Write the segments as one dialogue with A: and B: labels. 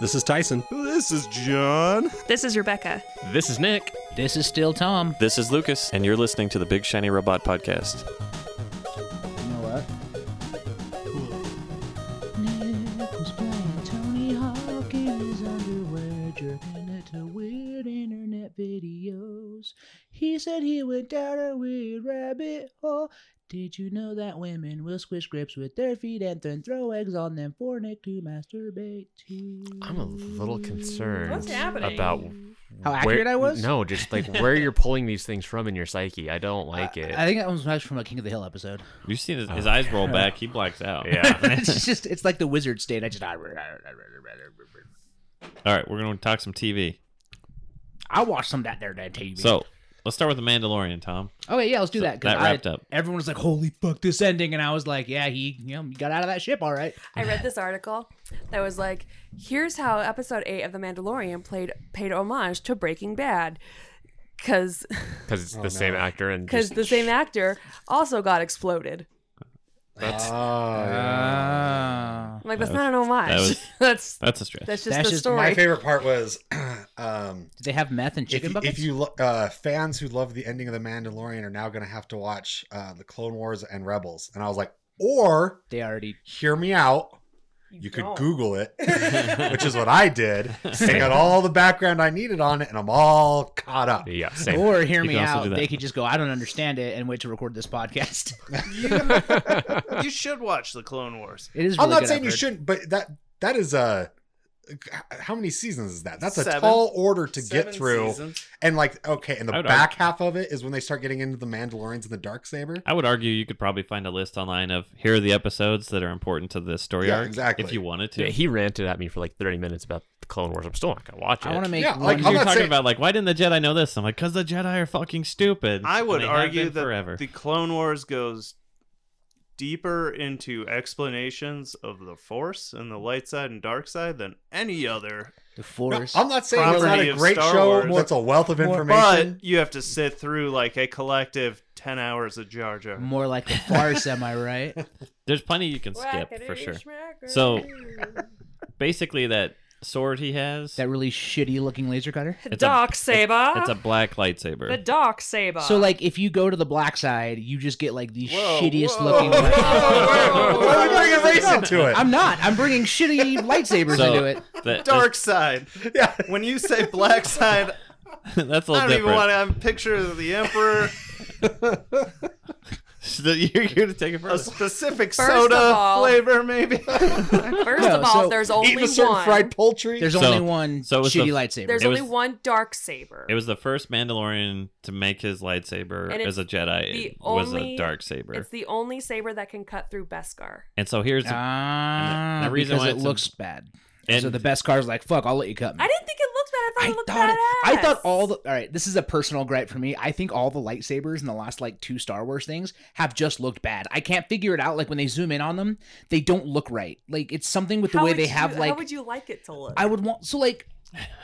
A: This is Tyson.
B: This is John.
C: This is Rebecca.
D: This is Nick.
E: This is still Tom.
F: This is Lucas, and you're listening to the Big Shiny Robot Podcast.
G: You know what?
E: Nick was playing Tony Hawk in his underwear, jerking it to weird internet videos. He said he went down a weird rabbit hole. Did you know that women will squish grips with their feet and then throw eggs on them for Nick to masturbate to?
D: I'm a little concerned
C: What's happening?
D: about
E: How
D: where-
E: accurate I was?
D: No, just like where you're pulling these things from in your psyche. I don't like
E: I-
D: it.
E: I think that was actually from a King of the Hill episode.
H: You've seen his, his
I: Oh,
H: eyes roll back. He blacks out.
D: yeah.
E: it's just it's like the wizard state. I just I,
H: All right, we're going to talk some TV.
E: watched some that there that TV.
H: So let's start with The Mandalorian, Tom.
E: okay, yeah, let's do
H: So
E: that. 'cause
H: that
E: I-
H: wrapped up.
E: Everyone was like, "Holy fuck, this ending!" And I was like, "Yeah, he you know got out of that ship, all right."
C: I read this article that was like, here's how episode eight of The Mandalorian played paid homage to Breaking Bad. Cause
D: Because it's the same actor and
C: because
D: just,
C: the same actor also got exploded.
D: that's
E: Uh,
C: I'm like,
H: That
C: that's not an homage.
H: that was-
C: that's
H: That's a stretch.
C: that's just
E: That's
C: the
E: just
C: story.
B: My favorite part was um,
E: did they have meth and
B: if
E: chicken
B: you,
E: buckets?
B: if you lo- uh, fans who love the ending of The Mandalorian are now going to have to watch uh, the Clone Wars and Rebels, and I was like, or
E: they already
B: hear me out. You could Google it, which is what I did. I got all the background I needed on it, and I'm all caught up.
D: yeah same.
E: or hear
H: You
E: me
H: can also do
E: out.
H: that.
E: They could just go, "I don't understand it," and wait to record this podcast. Oh.
I: you should watch the Clone Wars.
E: It is. Really
B: I'm not
E: good,
B: saying
E: I've
B: you
E: heard.
B: shouldn't, but that that is a how many seasons is that? That's a
I: Seven.
B: tall order to
I: Seven
B: get through.
I: seasons.
B: And like, okay, and the
H: I would
B: back half of it is when they start getting into the Mandalorians and the Dark Saber.
H: I would argue you could probably find a list online of here are the episodes that are important to this story
B: Yeah,
H: arc.
B: exactly.
H: If you wanted to.
D: Yeah, he ranted at me for like 30 minutes about the Clone Wars. I'm still not gonna watch it.
E: I want to make
B: Yeah,
E: one.
B: like,
H: You're
B: I'm not
H: talking
B: saying-
H: about like why didn't the Jedi know this? I'm like because the Jedi are fucking stupid.
I: I would
H: And they have
I: argue
H: been
I: that
H: forever.
I: the Clone Wars goes deeper into explanations of the Force and the light side and dark side than any other.
E: the
B: No,
E: force.
B: I'm not saying it's not
I: Property
B: a
I: of
B: great
I: Star
B: show.
I: Wars.
B: That's a wealth of
E: More-
B: information.
I: But you have to sit through like a collective ten hours of Jar Jar.
E: more like the farce, am I right?
H: There's plenty you can skip for sure. So- Basically, that sword he has,
E: That really shitty looking laser cutter.
H: it's a-
C: Doc Saber.
H: it's a black
C: the
H: lightsaber.
C: Doc Saber.
E: So like, if you go to the black side, you just get like the
I: Whoa,
E: shittiest
I: whoa,
E: looking.
I: whoa,
B: Why are you bringing race into it?
E: I'm not. I'm bringing shitty lightsabers
H: So-
E: into it.
H: That-
I: Dark side.
B: yeah,
I: When you say black side,
H: That's, that's a
I: I
H: little
I: don't even
H: different.
I: want to. I'm picturing the Emperor,
H: So you're here to take it
I: a
H: first.
I: specific
C: of
I: soda
C: all-
I: flavor, maybe.
C: First
E: No,
C: of all,
E: so-
C: there's
B: eating
C: only
B: a certain
C: one.
B: fried poultry.
E: There's
H: So-
E: only one
H: so it was
E: shitty
H: the-
E: lightsaber.
C: there's
H: It
C: only
H: was-
C: one Dark Saber.
H: It was the first Mandalorian to make his lightsaber
C: And it's
H: as a Jedi.
C: the
H: It was
C: only-
H: a dark saber,
C: It's the only saber that can cut through Beskar.
H: and so here's the
E: Ah,
H: and the- the reason
E: because
H: why
E: it
H: it's a-
E: looks bad.
H: and
E: so the best car's like, fuck, I'll let you cut me.
C: I didn't think it looked bad. I thought
E: I
C: it looked
E: thought
C: badass.
E: it, I thought all the all right. This is a personal gripe for me. I think all the lightsabers in the last like two Star Wars things have just looked bad. I can't figure it out. Like when they zoom in on them, they don't look right. Like it's something with the
C: How
E: way
C: would
E: they
C: you-
E: have like
C: How would you like it to look?
E: I would want so like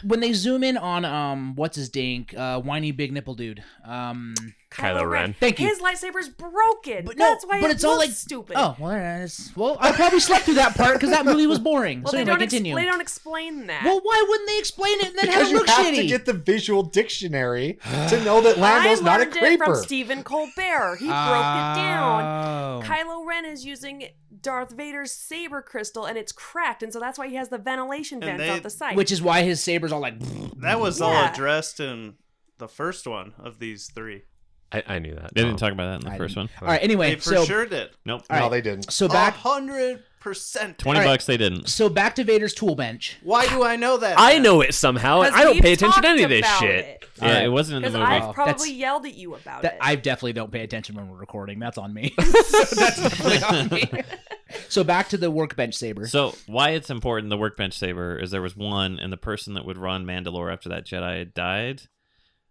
E: when they zoom in on um what's his dink uh whiny big nipple dude um
D: Kylo Ren.
E: Thank you.
C: His lightsaber's broken.
E: But no,
C: That's why
E: but
C: it
E: it's all,
C: looks
E: like-
C: stupid.
E: oh well that's, well I probably slept through that part because that movie was boring
C: well,
E: so
C: they,
E: anyway
C: don't ex-
E: continue
C: they don't explain that.
E: well why wouldn't they explain it and then have
B: because
E: it
B: you
E: look
B: have
E: shitty
B: to get the visual dictionary to know that Lando's
C: I
B: not a
C: learned it from
B: creeper.
C: Stephen Colbert. He broke
E: Uh,
C: it down.
E: Oh.
C: Kylo Ren is using Darth Vader's saber crystal, and it's cracked, and so that's why he has the ventilation
I: And
C: vents
I: they-
C: out the side.
E: which is why his saber's all like
I: That was
C: Yeah.
I: all addressed in the first one of these three.
D: I, I knew that.
H: they didn't
D: Tom.
H: talk about that in the
E: I
H: first one.
E: all right
I: They
E: anyway
I: for
E: so
I: sure did.
H: Nope.
E: all
B: No,
E: right,
B: they didn't.
E: so back
C: Oh.
I: hundred percent.
H: Twenty
E: All right.
H: bucks. They didn't.
E: so back to Vader's tool bench
I: Why do I know that?
D: I know it somehow, and
C: 'Cause
D: Oh, I don't
C: we've
D: pay attention to
C: talked
D: any of this
C: about
D: shit.
C: it.
H: Yeah, it wasn't in
C: Because
H: the movie.
E: Oh,
C: I've probably
E: that's-
C: yelled at you about
E: That
C: it.
E: I definitely don't pay attention when we're recording. That's on me. That's definitely on me. so back to the workbench saber.
H: So why it's important the workbench saber is there was one, and the person that would run Mandalore after that Jedi had died,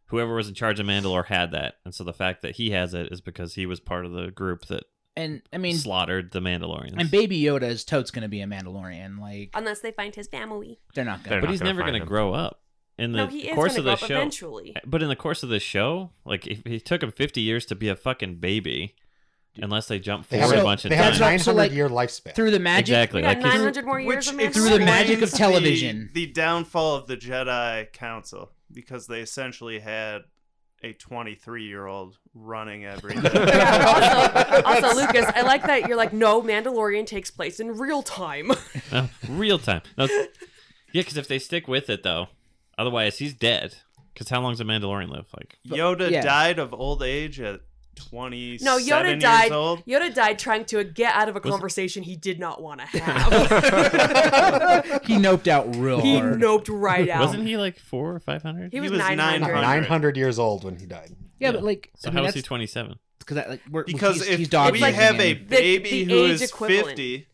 H: whoever was in charge of Mandalore had that, and so the fact that he has it is because he was part of the group that
E: and I mean,
H: slaughtered the Mandalorians.
E: and Baby Yoda is totes gonna be a Mandalorian. Like
C: Unless they find his family.
E: they're not
D: They're
E: gonna.
H: but
D: not
H: he's
D: gonna
H: never
D: find
H: going to
D: him.
H: grow up. In the
C: no, he is
H: course
C: gonna
H: of
C: grow
H: the
C: up
H: show,
C: eventually.
H: but in the course of the show, like if it took him 50 years to be a fucking baby, unless they jump
B: They
H: forward
B: have,
H: a
E: So,
H: bunch of
B: they have
H: times.
E: time. Up to,
B: 900
E: like,
B: year lifespan.
E: Through the magic.
C: We
H: Exactly.
C: got
H: Like it's-
C: 900 more years of
I: Which
C: Mandalorian.
E: Through the magic of
I: explains the-
E: television.
I: the, downfall of the Jedi Council because they essentially had a 23 year old running everything.
C: Yeah, but also, also, Lucas, I like that you're like, no, Mandalorian takes place in real time.
H: No, real time. No, yeah, because if they stick with it though, otherwise he's dead. Because how long's a Mandalorian live? Like
I: Yoda
E: yeah.
I: died of old age at 27
C: No, Yoda
I: years
C: died.
I: old.
C: Yoda died trying to get out of a conversation he did not want to have.
E: he noped out real
C: he
E: hard.
C: noped right out.
H: wasn't he like four or five hundred?
C: He was,
I: was
C: 900.
I: 900.
B: 900 years old when he died.
E: yeah, but like,
H: So
E: I mean,
H: how is
E: that's
H: he twenty seven?
E: because that, like, we're,
I: Because
E: he's,
I: if
E: he's dog
I: we
C: like-
I: have a
E: raising him.
I: baby
C: the
I: who
C: age
I: is
C: equivalent.
I: 50,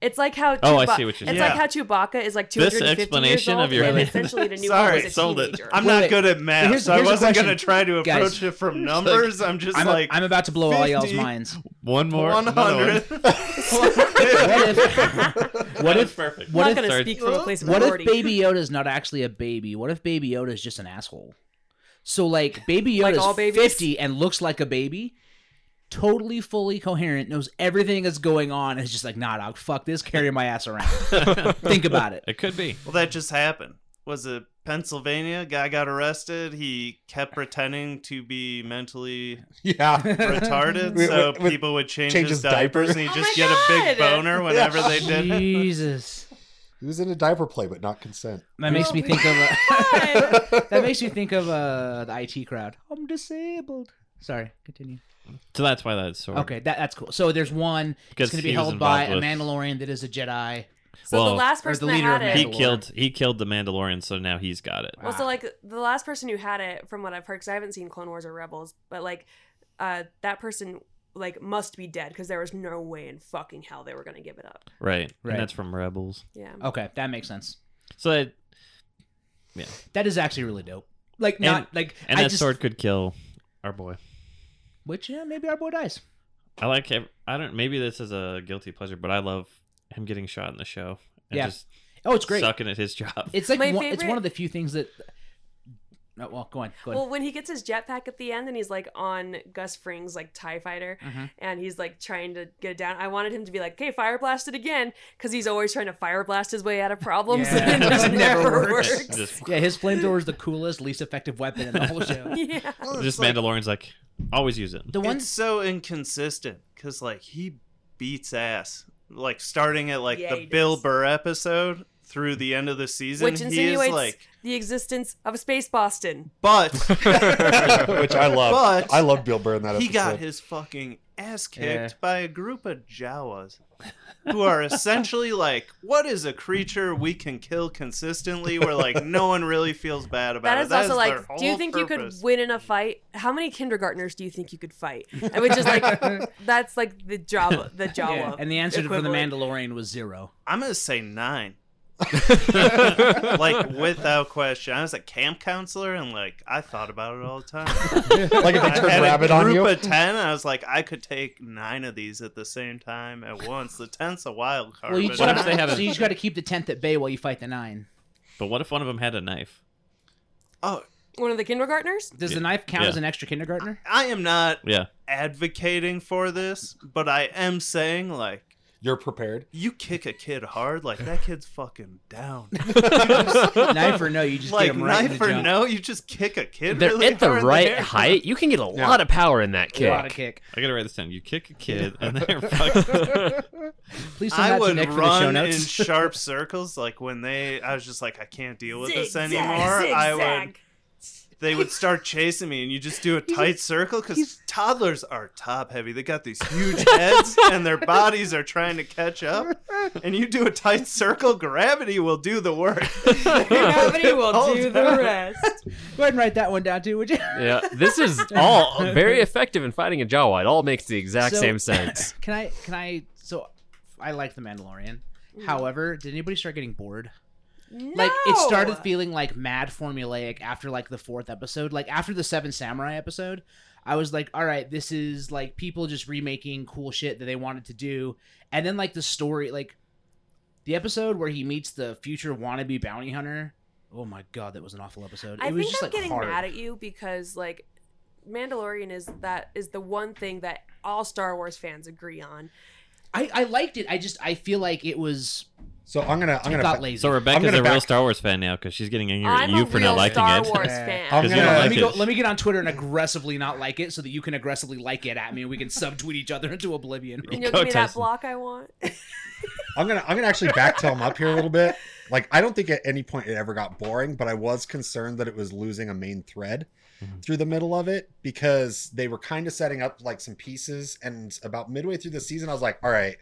C: It's like how
H: Oh, I
C: Chewba-
H: see what you're
C: It's
I: saying.
C: like how Chewbacca is like
H: This
C: 250
H: explanation
C: years old
H: of your-
C: and essentially the new
I: Sorry,
C: was a
H: sold it.
C: teenager.
I: I'm
E: Wait,
I: not
E: wait.
I: good at math,
E: Here's-
I: so I
E: here's a
I: wasn't
E: question.
I: going to try to
E: Guys,
I: approach it from numbers. I'm just
E: I'm,
I: like
E: I'm about to blow all y'all's
I: 50.
E: minds.
H: One more. another one.
I: 100.
E: What if? What if?
H: perfect.
E: What
C: I'm not going
E: if?
C: to
H: Sorry.
C: speak from a place of
E: What
C: authority.
E: if Baby Yoda's not actually a baby? What if Baby Yoda's just an asshole? So like Baby
C: Like
E: Yoda's
C: all babies?
E: fifty and looks like a baby, totally fully coherent, knows everything that's going on, and is just like, nah, dog, fuck this, carry my ass around. Think about it.
H: It could be.
I: Well, that just happened. Was it Pennsylvania? Guy got arrested. He kept pretending to be mentally
B: Yeah.
I: retarded,
B: With-
I: so
B: with- with-
I: people would change,
B: change
I: his
B: his diaper.
I: diapers, and he'd
C: Oh
I: just
C: my
I: get a
C: God.
I: big boner whenever
B: Yeah.
I: they did it.
E: Jesus,
B: He was in a diaper play, but not consent.
E: that makes
C: Oh
E: me
C: my
E: think of a,
C: God.
E: that makes me think of uh, the IT crowd. I'm disabled. Sorry, continue.
H: So that's why that's sort.
E: Okay, that, that's cool. So there's one
H: Because
E: that's going to
H: he
E: be
H: was
E: held by a
H: involved with-
E: Mandalorian that is a Jedi.
C: So the
H: Well,
C: last
E: or
C: person
E: the
C: that
E: leader
C: had
E: of
C: it.
H: He
E: Mandalorian.
H: killed. He killed the Mandalorian, so now he's got it.
C: Well, so like the last person who had it, from what I've heard, because I haven't seen Clone Wars or Rebels, but like uh, that person like must be dead because there was no way in fucking hell they were gonna give it up.
H: Right.
E: Right.
H: And that's from Rebels.
C: Yeah.
E: Okay, that makes sense.
H: So that
E: That is actually really dope. Like not
H: And-
E: like
H: and
E: I
H: that
E: just,
H: sword could kill our boy.
E: which yeah maybe our boy dies.
H: I like. ev- I don't. Maybe this is a guilty pleasure, but I love him getting shot in the show. And
E: Yeah.
H: Just
E: Oh, it's great.
H: Sucking at his job.
E: It's like
C: My
E: one, it's one
C: favorite-
E: of the few things that. No, well, go on, go on.
C: Well, when he gets his jetpack at the end and he's like on Gus Fring's like Tie Fighter
E: Mhm.
C: and he's like trying to get it down, I wanted him to be like, "Okay, fire blast it again," because he's always trying to fire blast his way out of problems
E: Yeah.
C: and it just
E: It never
C: never
E: works.
C: works.
H: Just,
E: yeah, his flamethrower is the coolest, least effective weapon in the whole show.
C: Yeah.
H: just Mandalorian's like always use it.
E: The one
I: It's so inconsistent because like he beats ass, like starting at like
C: Yeah, he
I: the Bill
C: does.
I: Burr episode through the end of the season.
C: Which
I: he is
C: insinuates
I: like,
C: the existence of a space Boston.
I: but
B: Which I love.
I: But-
B: I love Bill Burr in that
I: he
B: episode.
I: got his fucking ass kicked
E: Yeah.
I: by a group of Jawas who are essentially like, what is a creature we can kill consistently where like no one really feels bad about
C: That
I: it?
C: is also
I: their
C: like, do you
I: whole
C: think you could
I: purpose.
C: win in a fight? How many kindergartners do you think you could fight? And Which is like, that's like the Java, the Jawa.
E: Yeah, and the answer to- from the
C: equivalent.
E: Mandalorian was zero.
I: I'm gonna say nine. like without question. I was a camp counselor and like I thought about it all the time.
B: like if
I: I had
B: they turned rabbit
I: a
B: on
I: group
B: you.
I: of ten. I was like, I could take nine of these at the same time at once. The tenth's a wild card.
E: Well, you
I: but
E: just,
H: What
E: what
H: if
I: nine-
H: they have a-
E: so you just got to keep the tenth at bay while you fight the nine.
H: But what if one of them had a knife?
I: Oh,
C: One of the kindergartners?
E: Does the knife count
H: Yeah.
E: as an extra kindergartner?
I: I am not
H: Yeah.
I: advocating for this, but I am saying like
B: You're prepared.
I: you kick a kid hard, like that kid's fucking down.
E: knife or no, you just
I: like
E: get him right in
I: knife
E: the
I: or
E: junk.
I: no, you just kick a kid.
D: They're
I: really
D: at the
I: hard in
D: right
I: hair.
D: height. You can get a lot of power in that kick.
E: A lot of kick.
H: I gotta write this down. You kick a kid and they're fucking.
E: Please send
I: I
E: that to
I: would
E: Nick for the
I: run
E: show
I: in
E: notes.
I: sharp circles. Like when they, I was just like, I can't deal with this
C: Zigzag,
I: anymore. I would.
C: zigzag.
I: They would start chasing me, and you just do a tight circle because toddlers are top heavy. They got these huge heads, and their bodies are trying to catch up. And you do a tight circle, gravity will do the work.
C: Gravity will
I: Hold
C: do the
I: on.
C: rest.
E: Go ahead and write that one down too, would you?
D: Yeah, this is all very effective in fighting a Jawa. It all makes the exact
E: So-
D: same sense.
E: Can I? Can I? So, I like the Mandalorian.
C: Mm.
E: However, did anybody start getting bored? Like it started
C: No!
E: feeling like mad formulaic after like the fourth episode. Like after the Seven Samurai episode, I was like, all right, this is like people just remaking cool shit that they wanted to do. And then like the story, like the episode where he meets the future wannabe bounty hunter. Oh my god, that was an awful episode.
C: I
E: it was
C: think
E: just
C: I'm
E: like
C: getting
E: hard.
C: mad at you because like Mandalorian is that is the one thing that all Star Wars fans agree on.
E: I, I liked it. I just I feel like it was
B: So I'm gonna I'm
E: it
B: gonna
E: got lazy.
H: So Rebecca's
B: gonna
H: a real
B: back-
H: Star Wars fan now because she's getting angry
C: I'm
H: at you
C: a
H: for
C: real
H: not liking
C: Star
H: it.
C: Wars
B: Yeah.
C: fan.
B: I'm
H: Because you
B: gonna-
H: don't
E: let
H: like
E: me
H: it.
E: go. Let me get on Twitter and aggressively not like it, so that you can aggressively like it at me, and we can subtweet each other into oblivion.
C: And you'll
H: Go,
C: give me that
H: Tyson.
C: block I want.
B: I'm gonna I'm gonna actually backtail him up here a little bit. Like I don't think at any point it ever got boring, but I was concerned that it was losing a main thread
H: Mm-hmm.
B: through the middle of it because they were kind of setting up like some pieces and about midway through the season I was like, all right,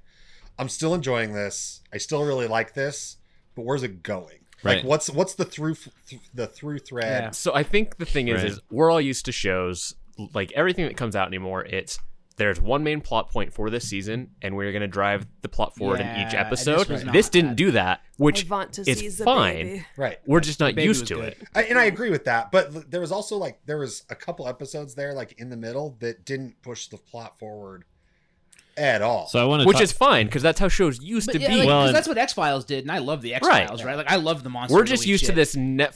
B: I'm still enjoying this. I still really like this, but where's it going?
H: Right.
B: Like what's what's the through th- the through thread?
E: Yeah.
D: So I think the thing is,
H: Right.
D: is we're all used to shows like everything that comes out anymore. It's there's one main plot point for this season, and we're gonna drive the plot forward in
E: Yeah,
D: each
E: and this
D: episode.
E: was
D: This,
E: not
D: didn't
E: that.
D: do that,
C: I
D: which
C: want to
D: it's
C: seize the
D: fine.
C: baby.
B: Right.
D: we're just not
E: Baby
D: used
E: was
D: to
E: good.
D: it.
B: I, and I agree with that, but l- there was also like there was a couple episodes there like in the middle that didn't push the plot forward at all.
H: So I want to
D: Which is fine because that's how shows used
E: But
D: to
E: yeah,
D: be.
E: like, 'cause
H: Well, and-
E: that's what X Files did, and I love the X Files, right. Like I love the monster.
D: we're just
E: movie
D: used to
E: shit.
D: this
E: I think you're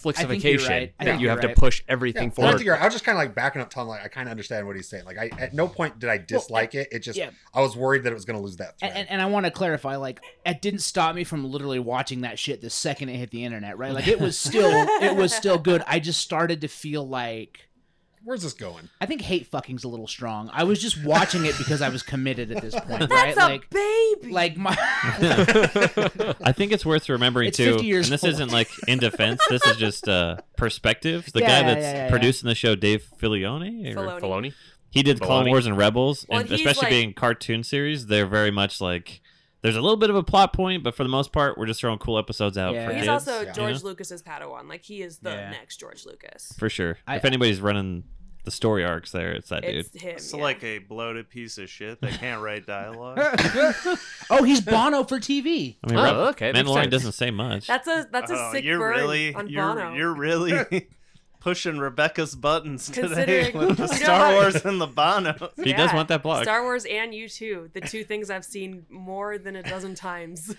D: Netflixification
E: right. I
D: that
E: think
D: you
E: you're
D: have
E: right.
D: to push
B: yeah,
D: everything
B: I don't
D: forward.
B: think you're- I was just kind of like backing up Tom. Like I kind of understand what he's saying. Like I at no point did I dislike it. It just
E: yeah.
B: I was worried that it was going to lose that thread.
E: And, and, and I want to clarify, like, it didn't stop me from literally watching that shit the second it hit the internet, right? Like, it was still, it was still good. I just started to feel like,
B: Where's this going?
E: I think hate fucking's a little strong. I was just watching it because I was committed at this point, right?
C: That's a
E: Like,
C: baby.
E: like my,
H: I think it's worth remembering
E: It's
H: too.
E: 50 years
H: and this
E: old.
H: isn't like in defense. This is just uh, perspective. The
E: Yeah,
H: guy
E: yeah,
H: that's
E: yeah, yeah,
H: producing the show, Dave Filoni, or
C: Filoni.
D: Filoni.
H: he did Clone
D: Filoni.
H: Wars and Rebels,
C: Well,
H: and
C: he's
H: especially
C: like-
H: being cartoon series, they're very much like there's a little bit of a plot point, but for the most part, we're just throwing cool episodes out
E: Yeah.
H: for
C: But he's
H: kids.
C: also
B: Yeah.
C: George
H: You know?
C: Lucas's Padawan. Like he is the
E: Yeah.
C: next George Lucas.
H: for sure.
E: I-
H: if anybody's running the story arcs, there it's that dude.
C: It's him.
I: It's
C: yeah.
I: like a bloated piece of shit that can't write dialogue.
E: oh, he's Bono for TV.
H: I mean,
D: Oh,
H: Rob-
D: okay, makes
H: Mandalorian
D: sense.
H: doesn't say much.
C: that's a that's a
I: Oh,
C: sick
I: you're
C: burn
I: really,
C: on
I: you're,
C: Bono.
I: You're really pushing Rebecca's buttons today
C: Considering-
I: with the
C: You know
I: Star
C: what?
I: Wars and the Bono.
H: he does want that block.
C: Star Wars and you too. The two things I've seen more than a dozen times.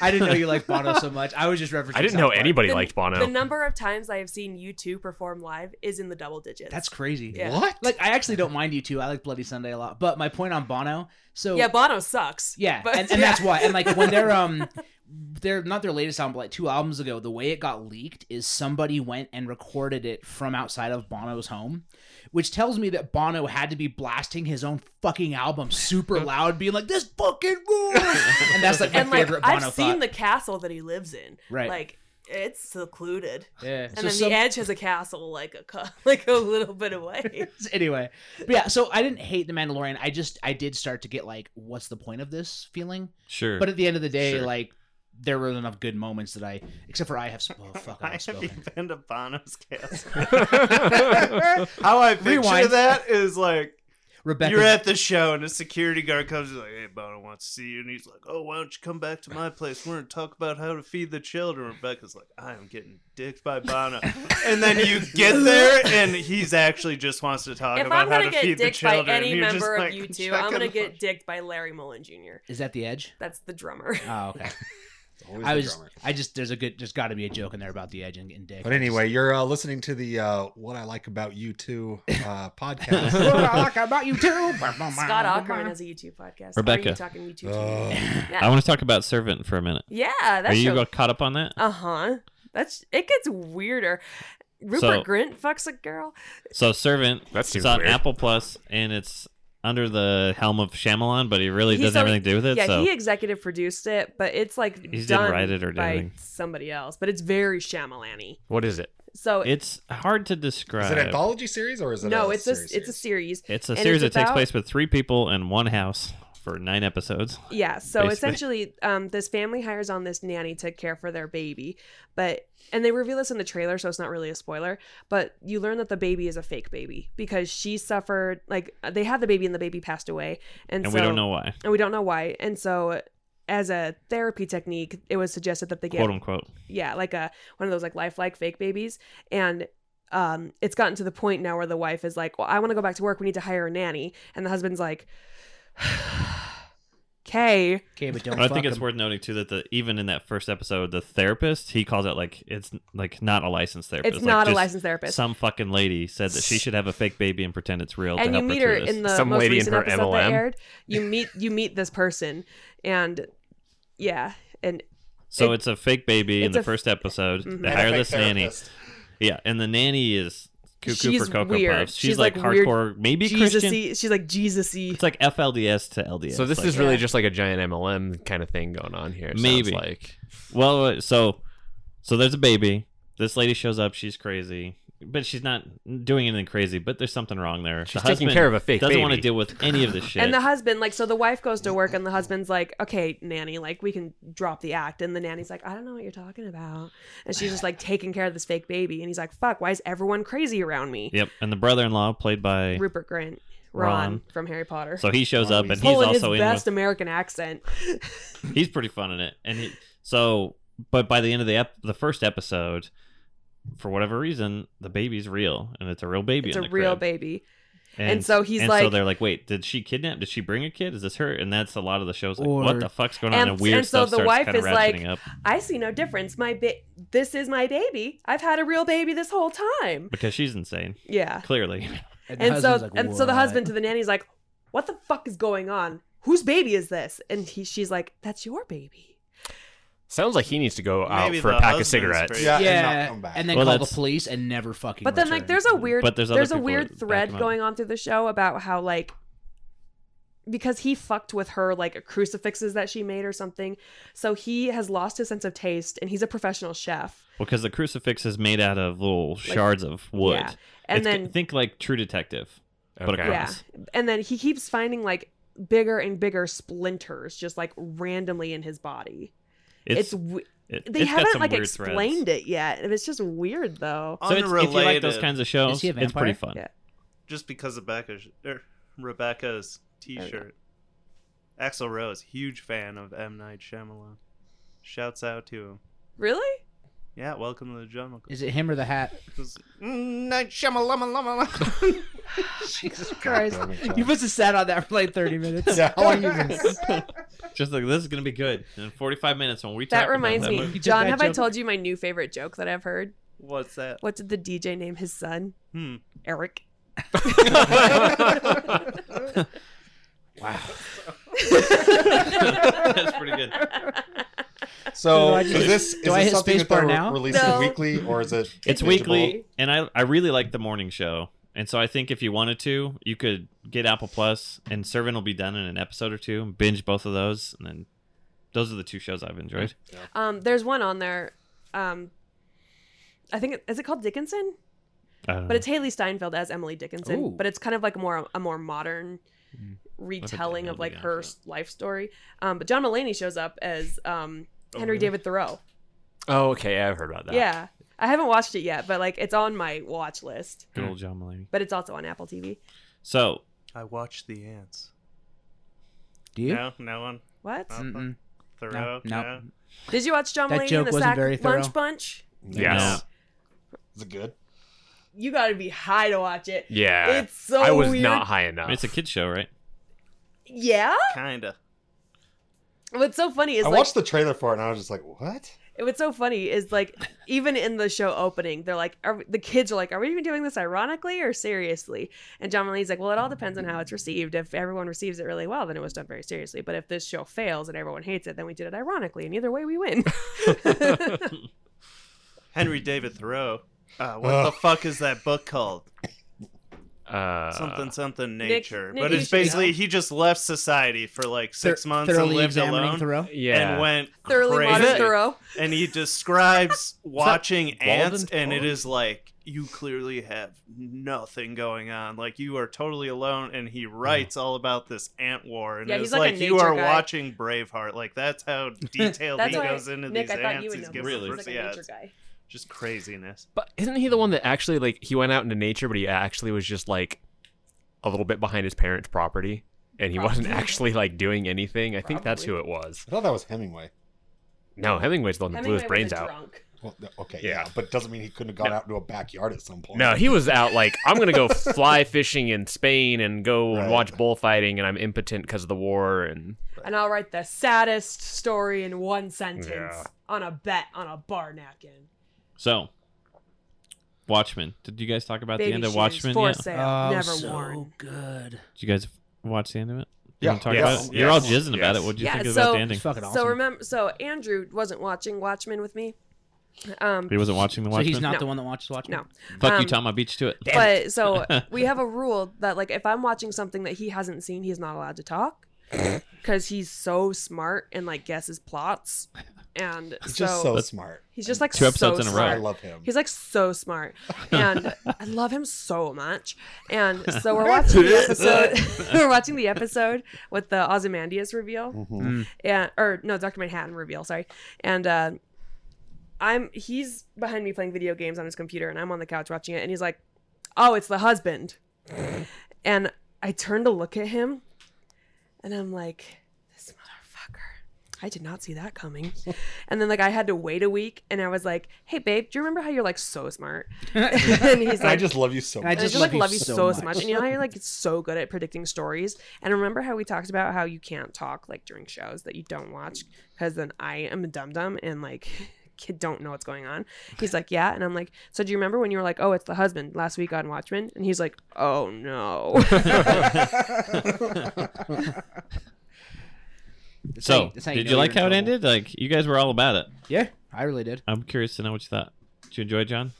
E: I didn't know you liked Bono so much. I was just referencing.
D: I didn't
E: South
D: know
E: Park.
D: anybody
C: The-
D: liked Bono.
C: The number of times I have seen you two perform live is in the double digits.
E: That's crazy.
C: Yeah.
B: What?
E: Like, I actually don't mind you two. I like Bloody Sunday a lot. But my point on Bono, so
C: yeah, Bono sucks.
E: Yeah,
C: but-
E: and, and
C: yeah.
E: that's why. And like when they're um, they're not their latest album, but like two albums ago, the way it got leaked is somebody went and recorded it from outside of Bono's home, which tells me that Bono had to be blasting his own fucking album super loud, being like, "This fucking rules," and that's like my
C: and like
E: favorite Bono
C: I've
E: thought.
C: seen the castle that he lives in.
E: Right.
C: Like it's secluded.
E: yeah.
C: And
E: So
C: then
E: some-
C: the edge has a castle like a cu- like a little bit away.
E: anyway, but yeah. So I didn't hate the Mandalorian. I just I did start to get like, what's the point of this feeling?
H: sure.
E: But at the end of the day,
H: Sure.
E: like. There were enough good moments that I, except for I have, sp- oh fuck,
I: I
E: I have
I: have
E: spoken.
I: you been to Bono's castle? How I picture
E: Rewind.
I: that is like
E: Rebecca,
I: you're at the show and a security guard comes and like, hey, Bono wants to see you, and he's like, oh, why don't you come back to my place? We're gonna talk about how to feed the children. Rebecca's like, I am getting dicked by Bono, and then you get there and he's actually just wants to talk
C: if I'm
I: about how
C: gonna
I: to
C: get
I: feed the
C: dicked by
I: children.
C: any
I: You're just
C: member of
I: like,
C: you two,
I: check
C: I'm gonna
I: him out.
C: get dicked by Larry Mullen Jr.
E: is that the edge?
C: That's the drummer.
E: Oh, okay.
B: Always
E: I
B: the
E: was,
B: drummer.
E: I just, there's a good, there's got to be a joke in there about the edge and, and dick.
B: But anyway, you're uh, listening to the uh, "What I Like About You Too" uh,
E: what
B: podcast.
E: I like about you too.
C: Scott Ackerman has a YouTube podcast. Are
H: Rebecca.
C: you talking YouTube?
B: Ugh.
H: I want to talk about Servant for a minute.
C: yeah, that's
H: Are you uh, caught up on that?
C: Uh huh. That's it gets weirder. Rupert
H: So-
C: Grint fucks a girl.
H: So Servant
D: That
H: it's
D: seems
H: on
D: weird.
H: Apple Plus and it's under the helm of Shyamalan, but he really
C: He's
H: doesn't have
C: on-
H: anything to do with it.
C: yeah,
H: so
C: he executive produced it, but it's like
H: didn't
C: done
H: write it or do
C: by
H: anything.
C: somebody else. But it's very Shyamalan-y.
D: what is it?
C: So
H: it's hard to describe.
B: Is it an anthology series or is it?
C: no,
B: a
C: it's a
B: series
C: it's a
B: series?
C: series.
H: It's a
C: and
H: series
C: it's
H: that takes
C: about-
H: place with three people in one house for nine episodes.
C: Yeah. So
H: Basically.
C: essentially, um, this family hires on this nanny to care for their baby, but and they reveal this in the trailer, so it's not really a spoiler. But you learn that the baby is a fake baby because she suffered like uh, they had the baby and the baby passed away, and,
H: And
C: so,
H: we don't know why.
C: and we don't know why. And so, as a therapy technique, it was suggested that they get
H: Quote unquote.
C: yeah, like a one of those like lifelike fake babies. And um, it's gotten to the point now where the wife is like, "Well, I want to go back to work. We need to hire a nanny," and the husband's like, Okay.
A: Okay, but don't.
H: And I think
A: fuck
H: it's
A: 'em.
H: worth noting too that the even in that first episode, the therapist he calls it like it's like not a licensed therapist.
C: It's
H: like,
C: not a
H: just
C: licensed therapist.
H: Some fucking lady said that she should have a fake baby and pretend it's real. to
C: and you
H: help
C: meet
H: her,
C: her
H: through this.
C: in the
D: Some
C: most
D: lady in
C: recent
D: her
C: episode that
D: MLM.
C: aired. You meet you meet this person, and yeah, and
H: So
C: it-
H: it's a fake baby in
C: it's
H: the
C: a-
H: first episode.
C: Mhm.
H: They
B: And a
H: hire
B: fake
H: this nanny.
B: therapist.
H: Yeah, and the nanny is cuckoo
C: She's
H: for cocoa
C: weird.
H: puffs. She's,
C: She's,
H: like,
C: like, weird
H: hardcore, maybe Christian.
C: Jesus-y. She's like Jesus-y.
H: It's like FLDS to LDS.
D: So this
H: like,
D: is really
C: Yeah.
D: just like a giant MLM kind of thing going on here. it sounds
H: Maybe.
D: like
H: well, uh, so so there's a baby. This lady shows up. She's crazy, but she's not doing anything crazy. But there's something wrong there.
D: she's
H: the
D: taking
H: husband
D: care of a fake
H: doesn't
D: baby.
H: want to deal with any of this shit.
C: And the husband, like, so the wife goes to work, and the husband's like, "Okay, nanny, like, we can drop the act." And the nanny's like, "I don't know what you're talking about," and she's just like taking care of this fake baby. And he's like, "Fuck, why is everyone crazy around me?"
H: yep, and the brother-in-law played by
C: Rupert Grant, Ron,
H: Ron.
C: from Harry Potter,
H: so he shows up and he's
C: pulling his
H: also in
C: best
H: with,
C: American accent.
H: he's pretty fun in it. And he, so, but by the end of the ep- the first episode, for whatever reason, the baby's real and it's a real baby.
C: It's
H: in
C: a
H: the
C: real
H: crib.
C: baby. and so he's
H: and so
C: like-
H: they're like, wait, did she kidnap? Did she bring a kid? Is this her? And that's a lot of the shows. Like,
A: Or-
H: what the fuck's going on?
C: And-
H: And, weird
C: and so
H: stuff
C: the
H: starts
C: wife
H: kinda
C: is
H: ratcheting
C: like,
H: up
C: I see no difference. My ba- this is my baby. I've had a real baby this whole time.
H: because she's insane,
C: Yeah.
H: clearly.
A: And, the
C: And so
A: husband's like,
C: and so the
A: "What?"
C: husband to the nanny's like, "What the fuck is going on? Whose baby is this?" And he, she's like, "That's your baby."
D: sounds like he needs to go out
I: Maybe
D: for
I: the
D: a pack of
I: husband's
D: cigarettes.
I: crazy.
B: Yeah, and not
A: Yeah,
B: come
A: and,
B: back.
A: then
H: Well,
A: call
H: that's-
A: the police and never fucking.
C: But then like
A: return.
C: there's a weird
H: But there's other
C: there's a
H: people that
C: weird
H: back
C: thread
H: him up.
C: going on through the show about how like because he fucked with her like crucifixes that she made or something. So he has lost his sense of taste and he's a professional chef.
H: Because the crucifix is made out of little shards of wood.
C: Yeah. And
H: It's-
C: then
H: think like True Detective, but
D: Okay.
H: a
C: Yeah.
H: cross.
C: and then he keeps finding like bigger and bigger splinters just like randomly in his body. It's, w
H: it-
C: they
H: it's got
C: haven't
H: some
C: like
H: weird
C: explained
H: threads.
C: it yet. and It's just weird though.
H: So it's, if you like those
I: Unrelated.
H: kinds of shows,
A: Is he a
H: it's pretty
A: vampire?
H: fun.
C: Yeah.
I: just because of Becca's, er, Rebecca's T-shirt. Axel Rose, huge fan of M Night Shyamalan. Shouts out to him.
C: Really?
I: Yeah, welcome to the jungle.
A: Is it him or the hat?
I: M. Night Shyamalan.
A: Jesus Christ!
B: damn it, John.
A: You must have sat on that for like thirty minutes.
B: Yeah, how long you been-
H: Just like this is gonna be good in 45 minutes when we talk.
C: That
H: about
C: reminds
H: that
C: me.
H: movie.
A: You did
C: John,
A: that
C: have I
A: joke?
C: told you my new favorite joke that I've heard?
I: What's that?
C: What did the DJ name his son?
I: Hmm.
C: Eric.
H: That's pretty good.
B: So
A: Do I
B: is
A: just-
B: this is
A: do I
B: this
A: hit
B: something that
A: spacebar
B: they're
A: now?
B: releasing
C: No.
B: weekly or is it?
H: It's
B: bingeable?
H: weekly, and I I really like the morning show, and so I think if you wanted to, you could get Apple Plus, and Servant will be done in an episode or two. Binge both of those, and then those are the two shows I've enjoyed.
C: um, there's one on there. Um, I think it, is it called Dickinson,
H: I don't
C: but
H: know.
C: it's Haley Steinfeld as Emily Dickinson.
A: Ooh. Mm.
C: But it's kind of like more a more modern retelling
H: I'll
C: of
H: be
C: like
H: honest
C: her
H: with
C: s- life story. Um, but John Mulaney shows up as um, Henry David Thoreau.
D: Oh, okay, I've heard about that.
C: Yeah, I haven't watched it yet, but like it's on my watch list.
H: good old John Mulaney.
C: But it's also on Apple TV.
H: So
I: I watched the ants.
A: Do you?
I: No, no one.
C: What
A: Mm-mm.
I: Thoreau.
A: no.
C: did you watch John
A: That
C: Mulaney
A: joke
C: and the
A: wasn't
C: Sack
A: very thorough.
C: Lunch Bunch?
D: Yes.
B: Is it good?
C: You got to be high to watch it.
D: Yeah.
C: It's so
D: I was
C: weird.
D: not high enough.
H: it's a kid show, right?
C: Yeah.
I: Kinda.
C: What's so funny is
B: I
C: like
B: watched the trailer for it and I was just like, what?
C: what's so funny is like even in the show opening, they're like are, the kids are like, are we even doing this ironically or seriously? And John Mulaney's like, well, it all depends on how it's received. If everyone receives it really well, then it was done very seriously. But if this show fails and everyone hates it, then we did it ironically. And either way, we win.
I: Henry David Thoreau. Uh, what the
B: Ugh.
I: fuck is that book called?
D: uh,
I: something something
C: Nick-
I: nature.
C: Nick,
I: but
C: you
I: it's
C: should
I: basically
C: know.
I: he just left society for like six
A: Thor-
I: months and
A: thoroughly
I: lived
A: examining
I: alone
A: Thoreau.
D: Yeah.
I: and went
C: Thoroughly
I: crazy.
C: modern Thoreau.
I: and he describes watching ants
D: Walden
I: and it
D: Pond?
I: is like you clearly have nothing going on like you are totally alone and he writes all about this ant war and
C: Yeah,
I: it's
C: he's like
I: like,
C: a
I: you
C: nature
I: are
C: guy.
I: watching braveheart like that's how detailed
C: That's
I: he
C: why
I: goes into
C: Nick,
I: these
C: I thought
I: ants
C: you would
I: he's
C: know.
I: giving
C: Really, like
I: the first-
C: a
I: yeah,
C: nature
I: it's
C: guy.
I: just craziness
D: But isn't he the one that actually like he went out into nature, but he actually was just like a little bit behind his parents' property, and he wasn't
C: Probably.
D: actually like doing anything. I think that's
C: Probably.
D: who it was.
B: I thought that was Hemingway.
D: No, Hemingway's the one that blew his
C: Hemingway was
D: brains
C: a
D: out.
C: drunk.
B: Well, no, okay,
D: Yeah.
B: yeah. but doesn't mean he couldn't have gone
D: No.
B: out into a backyard at some point.
D: No, he was out like I'm gonna go fly fishing in Spain and go and
B: Right.
D: watch bullfighting, and I'm impotent because of the war. And
C: And I'll write the saddest story in one sentence
D: Yeah.
C: on a bet on a bar napkin.
H: So, Watchmen. Did you guys talk about
C: Baby
H: the end of
C: shoes
H: Watchmen
C: for
H: yet? Did
C: sale,
E: Oh,
C: never worn.
A: Oh, good.
H: you guys watch the end of it?
B: Yeah.
H: Wanna Talk
D: Yes.
H: about it? You're all
D: Yes.
H: jizzing about it.
D: Yes.
H: What do you
C: Yeah,
H: think
C: so-
H: about the ending?
A: It's fucking awesome.
C: So remember, so Andrew wasn't watching Watchmen with me. Um,
H: He wasn't watching the
A: so
H: Watchmen.
A: he's not
C: No.
A: the one that watches Watchmen.
C: No.
H: Fuck
C: um,
H: you, Tom. I beat you to it.
C: but so we have a rule that like if I'm watching something that he hasn't seen, he's not allowed to talk because he's so smart and like guesses plots, and
B: He's
C: so,
B: just so smart.
C: he's just like
H: Two
C: so
H: episodes in a row.
C: smart.
B: I love him.
C: He's like so smart, and I love him so much. And so we're watching the episode. we're watching the episode with the Ozymandias reveal
B: Mhm.
C: and or no, Dr. Manhattan reveal, sorry. And uh, I'm he's behind me playing video games on his computer, and I'm on the couch watching it, and he's like, "Oh, it's the husband," and I turn to look at him, and I'm like, "This motherfucker." I did not see that coming. And then like I had to wait a week and I was like, "Hey babe, do you remember how you're like so smart?" and he's
B: I
C: like,
B: just love you so
A: I
B: much.
C: and I
A: just
C: just
A: love
C: like
A: you
C: love you
A: so
C: so,
A: much.
C: much. And you know how you're like so good at predicting stories. And remember how we talked about how you can't talk like during shows that you don't watch because then I am a dum dum and like kid don't know what's going on. He's like, yeah, and I'm like, so do you remember when you were like, oh, it's the husband last week on Watchmen? And he's like, oh no.
A: That's how
H: so,
A: that's how
H: did
A: know
H: you
A: you're
H: like
A: in
H: how it
A: trouble.
H: ended? Like, you guys were all about it.
A: Yeah, I really did.
H: I'm curious to know what you thought. Did you enjoy, it, John?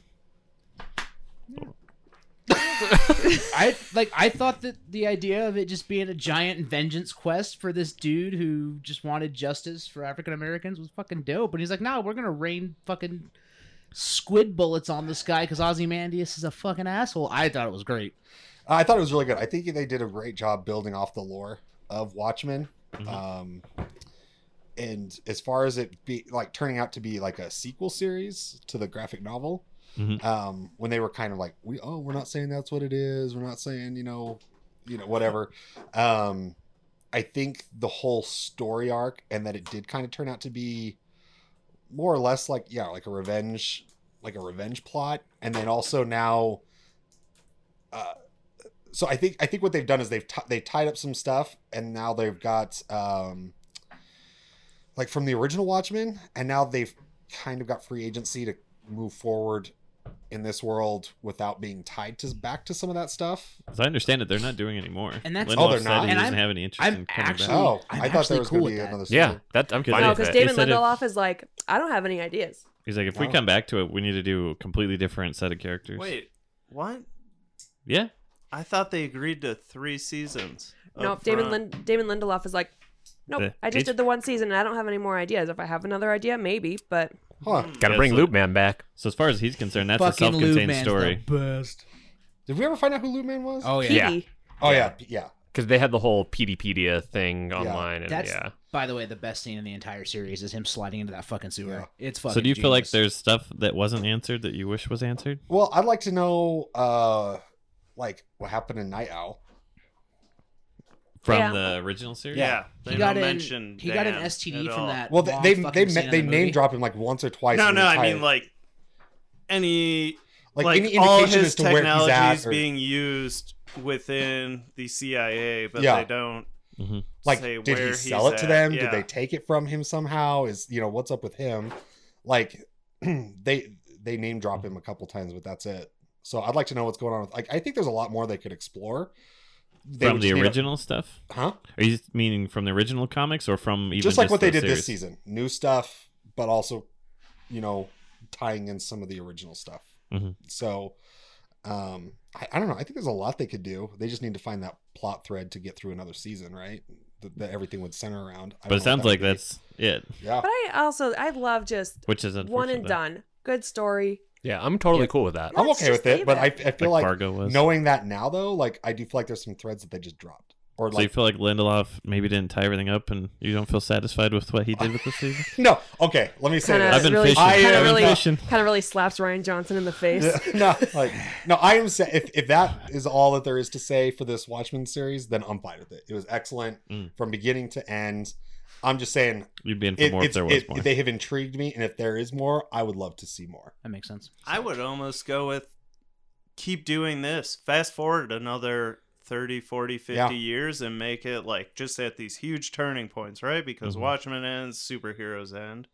A: I like I thought that the idea of it just being a giant vengeance quest for this dude who just wanted justice for African Americans was fucking dope. And he's like, "No, we're gonna rain fucking squid bullets on this guy because Ozymandias is a fucking asshole." I thought it was great.
B: I thought it was really good. I think they did a great job building off the lore of Watchmen. Um, and as far as it be like turning out to be like a sequel series to the graphic novel,
H: Mhm.
B: um, when they were kind of like, we oh, we're not saying that's what it is. We're not saying you know, you know whatever. Um, I think the whole story arc and that it did kind of turn out to be more or less like yeah, like a revenge, like a revenge plot, and then also now. Uh, so I think I think what they've done is they've t- they tied up some stuff, and now they've got um, like from the original Watchmen, and now they've kind of got free agency to move forward in this world without being tied to back to some of that stuff.
H: As I understand it, they're not doing any more.
A: And that's-
H: Lindelof
B: Oh, they're
H: said
B: not?
H: He
A: And
H: doesn't
A: I'm-
H: have any interest
A: I'm
H: in coming
A: actually-
H: back.
B: Oh,
A: I'm
B: i thought
A: actually
B: there was
A: cool
B: going
A: with
B: to be
A: that.
B: another.
D: yeah,
B: sequel.
D: that I'm fine
C: no,
D: with
C: because
D: that.
C: David
H: Instead of-
C: Lindelof is like, I don't have any ideas.
H: He's like, if we
B: Wow.
H: come back to it, we need to do a completely different set of characters.
I: Wait, what?
H: Yeah.
I: I thought they agreed to three seasons.
B: Oh,
C: No,
I: up
C: Damon
I: front.
C: Lind- Damon Lindelof is like, nope,
H: The-
C: I just
H: it's-
C: did the one season and I don't have any more ideas. If I have another idea, maybe, but
B: Huh.
I: Hmm.
D: Got to
H: Yeah,
D: bring
H: so-
D: Loop Man back.
H: So as far as he's concerned, that's a
A: fucking Lube
H: self-contained
A: Man's
H: story.
A: the best.
B: Did we ever find out who Lou Man was?
A: Oh yeah.
D: Yeah.
C: Petey,
B: Oh, yeah, yeah.
D: because they had the whole PDpedia thing online, and
A: That's
D: yeah,
A: by the way the best scene in the entire series is him sliding into that fucking sewer. It's fucking.
H: So do you feel like
A: genius.
H: there's stuff that wasn't answered that you wish was answered?
B: Well, I'd like to know, uh, like what happened in Night Owl.
H: From
C: Yeah.
H: the original series?
I: Yeah, they
A: he
I: don't
A: got an
I: mention
A: he got an
I: Dan
A: STD
I: at
A: from
I: all.
A: that.
B: Well, they
A: long
B: they
A: fucking
B: they,
A: scene
B: they,
A: in
B: they
A: the
B: name
A: movie.
B: drop him like once or twice.
I: No,
B: in the
I: no, I
B: entire-
I: mean like any
B: like, any
I: all
B: indication
I: his
B: as to where he's
I: technologies
B: at, or,
I: being used within the CIA, but
B: Yeah.
I: they don't
H: hmm
B: like
I: say
B: did
I: where
B: he sell
I: he's
B: it to
I: at.
B: them?
I: Yeah.
B: Did they take it from him somehow? Is you know what's up with him? Like they they name drop him a couple times, but that's it. So I'd like to know what's going on with like I think there's a lot more they could explore. They
H: From
B: would
H: the
B: just need a-
H: original stuff?
B: huh?
H: Are you meaning from the original comics or from even
B: just like what they
H: the
B: did this
H: series?
B: season, new stuff, but also you know tying in some of the original stuff.
H: Mhm.
B: So um I, I don't know. I think there's a lot they could do. They just need to find that plot thread to get through another season, right? That, that everything would center around. I
H: But it
B: don't know what
H: sounds
B: that would
H: like
B: be.
H: that's it,
B: yeah.
C: but I also I love just
H: which is unfortunate.
C: one and done, good story.
D: yeah, I'm totally
B: Yeah.
D: cool with that.
C: No,
B: I'm
C: Let's
B: okay with
C: just
B: it,
C: leave
B: but
C: it.
B: I, I feel
H: Like,
B: like,
H: Fargo was.
B: knowing that now though, like I do feel like there's some threads that they just dropped,
H: So
B: or
H: you
B: like
H: feel like Lindelof maybe didn't tie everything up, and you don't feel satisfied with what he did with the season?
B: no, okay, let me say
C: Kinda-
H: I've
B: this.
H: been
C: really-
H: fishing.
B: I
H: I've
B: am
H: been
C: really-
H: fishing.
C: Kind of really slaps Ryan Johnson in the face.
B: no, like no, I am saying if, if that is all that there is to say for this Watchmen series, then I'm fine with it. It was excellent
H: Mm.
B: from beginning to end. I'm just saying
H: You'd be in for
B: it,
H: more if
B: it's,
H: there was
B: it,
H: more.
B: they have intrigued me, and if there is more, I would love to see more.
E: That makes sense.
I: I would almost go with keep doing this. Fast forward another 30, 40, 50
B: Yeah.
I: years and make it like just at these huge turning points, right? Because
H: Mhm.
I: Watchmen ends, superheroes end.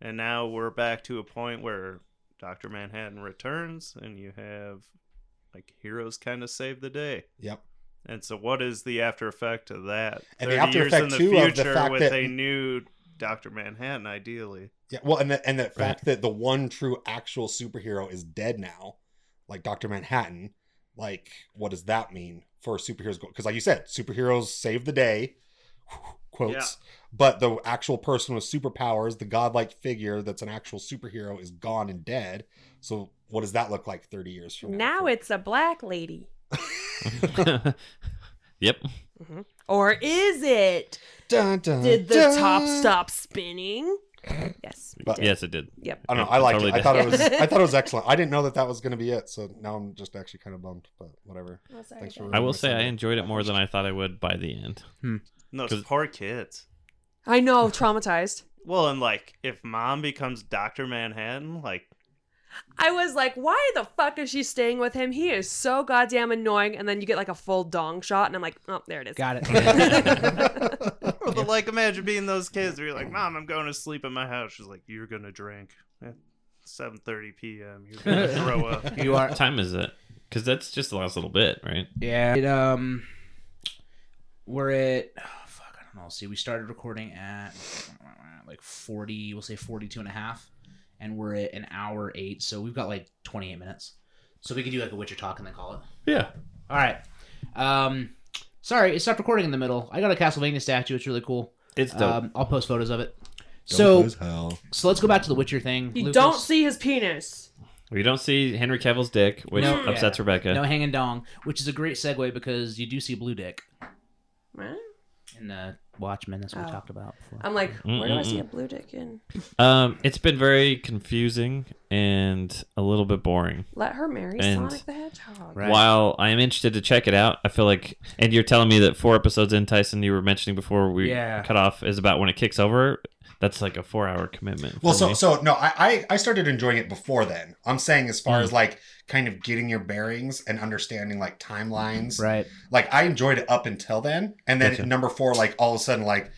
I: And now we're back to a point where Dr. Manhattan returns and you have like heroes kind of save the day.
B: Yep.
I: And so what is the after effect of that?
B: And the
I: 30
B: after
I: years
B: effect,
I: in the
B: too, of the
I: future
B: fact
I: with
B: that-
I: a new Dr. Manhattan ideally.
B: Yeah. Well, and the and the fact that the one true actual superhero is dead now, like Doctor Manhattan, like what does that mean for superheroes? Because like you said, superheroes save the day, quotes. But the actual person with superpowers, the godlike figure that's an actual superhero, is gone and dead. So what does that look like thirty years from now?
C: Now it's a black lady.
H: yep.
C: Or is it?
B: Dun, dun,
C: Did the
B: dun.
C: top stop spinning? Yes.
B: But-
C: it did.
H: Yes, it did.
C: Yep.
B: I don't know.
H: Yeah,
B: I liked
H: totally
B: it. I thought it was.
C: different.
B: I thought it was excellent. I didn't know that that was going to be it. So now I'm just actually kind of bummed. But whatever.
C: Oh, sorry,
B: Thanks
C: guys.
H: I
B: for ruining my
H: will say I
B: Sunday.
H: enjoyed it more than I thought I would by the end.
I: And those
H: 'Cause-
I: poor kids.
C: I know, traumatized.
I: Well, and like if mom becomes Doctor Manhattan, like
C: I was like, why the fuck is she staying with him? He is so goddamn annoying. And then you get like a full dong shot, and I'm like, oh, there it is.
E: Got it.
B: Oh,
I: well, but like imagine being those kids where you're like, Mom, I'm going to sleep in my house. She's like, You're gonna drink at seven thirty PM, you're gonna throw up.
E: you are.
H: What time is it? Because that's just the last little bit, right?
E: Yeah. It, um, we're at. Oh, fuck, I don't know. See, we started recording at like 40, we'll say 42 and a half, and we're at an hour eight, so we've got like 28 minutes. So we could do like a Witcher talk and then call it.
H: Yeah.
E: All right. Um, sorry, it stopped recording in the middle. I got a Castlevania statue. It's really cool.
H: It's
E: Um, I'll post photos of it. So,
B: hell.
E: so let's go back to the Witcher thing.
C: You
E: Lucas.
C: don't see his penis.
H: we don't see Henry Cavill's dick, which
E: No.
H: upsets
E: Yeah.
H: Rebecca.
E: no hanging dong, which is a great segue because you do see blue dick
C: Huh?
E: in the Watchmen. That's what
C: Oh.
E: we talked about. Before.
C: I'm like, where do I see
H: Mm-mm-mm.
C: a blue dick in?
H: Um, it's been very confusing and a little bit boring.
C: Let her marry
H: And-
C: Sonic the Hedgehog.
E: Right.
H: While I am interested to check it out, I feel like, and you're telling me that four episodes in, Tyson, you were mentioning before we
E: Yeah.
H: cut off, is about when it kicks over. That's like a four-hour commitment.
B: Well,
H: for
B: so
H: me.
B: so no, I, I I started enjoying it before then. I'm saying as
H: Hmm.
B: far as like kind of getting your bearings and understanding like timelines.
E: Right.
B: Like I enjoyed it up until then, and then
H: Gotcha.
B: number four, like all of a sudden, like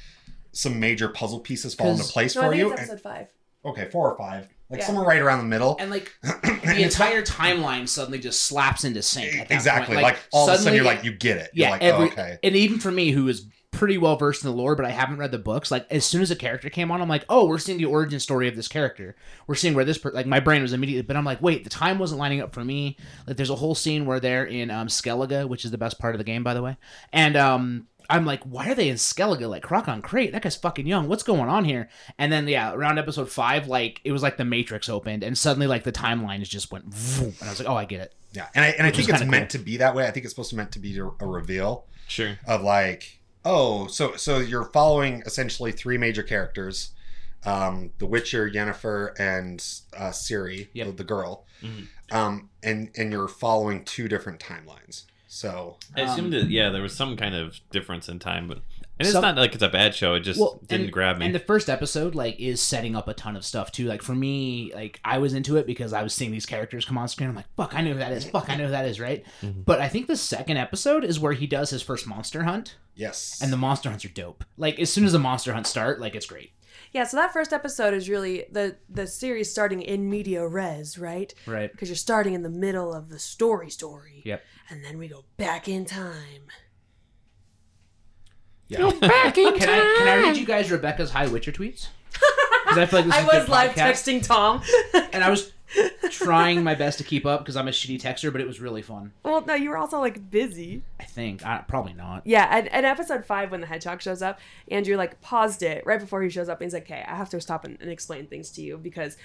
B: some major puzzle pieces fall into
E: 'Cause-
B: place
C: No, I
B: for
C: think
B: you.
C: it's
B: and-
C: episode five.
B: okay, four or five, like
C: Yeah.
B: somewhere right around the middle.
E: And like
B: And
E: the
B: it's-
E: entire timeline suddenly just slaps into sync. At that
B: exactly,
E: Point.
B: like, all of a sudden
E: suddenly-
B: you're like you get it.
E: yeah,
B: you're like
E: every-
B: oh, okay.
E: and even for me, who is pretty well versed in the lore, but I haven't read the books. Like as soon as a character came on, I'm like, oh, we're seeing the origin story of this character. We're seeing where this per-, like my brain was immediately, but I'm like, wait, the time wasn't lining up for me. Like there's a whole scene where they're in um, Skellige, which is the best part of the game, by the way, and um. I'm like, why are they in Skellige? Like Croc on Crate, that guy's fucking young. What's going on here? And then yeah, around episode five, like it was like the Matrix opened, and suddenly like the timeline is just went, vroom, and I was like, oh, I get it.
B: Yeah, and I and I
E: Which is
B: think it's
E: kinda
B: meant to be that way. I think it's supposed to meant to be a, a reveal.
H: sure.
B: of like oh so so you're following essentially three major characters um the witcher yennefer and uh siri
E: Yep.
B: the, the girl
H: Mhm.
B: um and and you're following two different timelines so
H: I
E: Um,
H: assumed that yeah, there was some kind of difference in time, but and it's
E: Some-
H: not like it's a bad show. It just
E: Well,
H: didn't
E: and-
H: grab me.
E: And the first episode, like, is setting up a ton of stuff too. Like for me, like I was into it because I was seeing these characters come on screen. I'm like, fuck, I know who that is. Fuck, I know who that is, right?
H: Mhm.
E: But I think the second episode is where he does his first monster hunt,
B: yes
E: and the monster hunts are dope. Like as soon as the monster hunts start, like it's great.
C: Yeah, so that first episode is really the the series starting in media res, right?
E: Right.
C: Because you're starting in the middle of the story story.
E: Yep.
C: And then we go back in time.
B: yeah.
E: Can I can I read you guys Rebecca's high Witcher tweets? Because I feel like this
C: I
E: is a good
C: was live
E: podcast.
C: texting Tom.
E: and I was trying my best to keep up because I'm a shitty texter, but it was really fun.
C: well, no, you were also like busy.
E: I think I, probably not.
C: Yeah, and, and episode five when the hedgehog shows up, Andrew like paused it right before he shows up and he's like, Okay, I have to stop and, and explain things to you because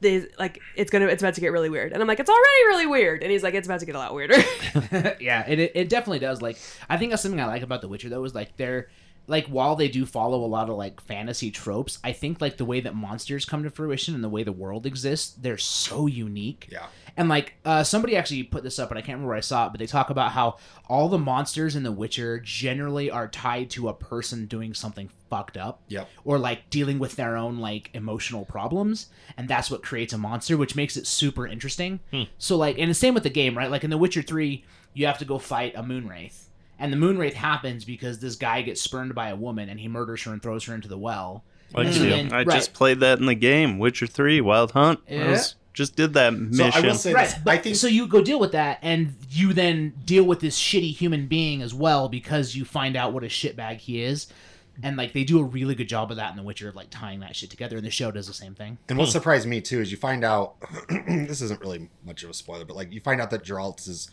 C: they like it's gonna it's about to get really weird. And I'm like, It's already really weird and he's like, It's about to get a lot weirder.
E: yeah, it, it it definitely does. Like, I think that's something I like about The Witcher though is like they're like while they do follow a lot of like fantasy tropes, I think like the way that monsters come to fruition and the way the world exists, they're so unique.
B: Yeah.
E: And like uh, somebody actually put this up, and I can't remember where I saw it, but they talk about how all the monsters in The Witcher generally are tied to a person doing something fucked up.
B: Yep.
E: Or like dealing with their own like emotional problems, and that's what creates a monster, which makes it super interesting.
H: Hmm.
E: So like, and the same with the game, right? Like in The Witcher Three, you have to go fight a moonwraith. And the moonwraith happens because this guy gets spurned by a woman and he murders her and throws her into the well.
H: Like
E: Mm.
H: you do.
E: And-
I: I
E: right.
I: just played that in the game, Witcher Three, Wild Hunt. I was- just did that
B: So
I: mission.
B: I will say
E: Right.
B: this.
E: But,
B: I think
E: so you go deal with that, and you then deal with this shitty human being as well because you find out what a shitbag he is. And like they do a really good job of that in The Witcher of like tying that shit together, and the show does the same thing.
B: And what surprised me too is you find out this isn't really much of a spoiler, but like you find out that Geralt is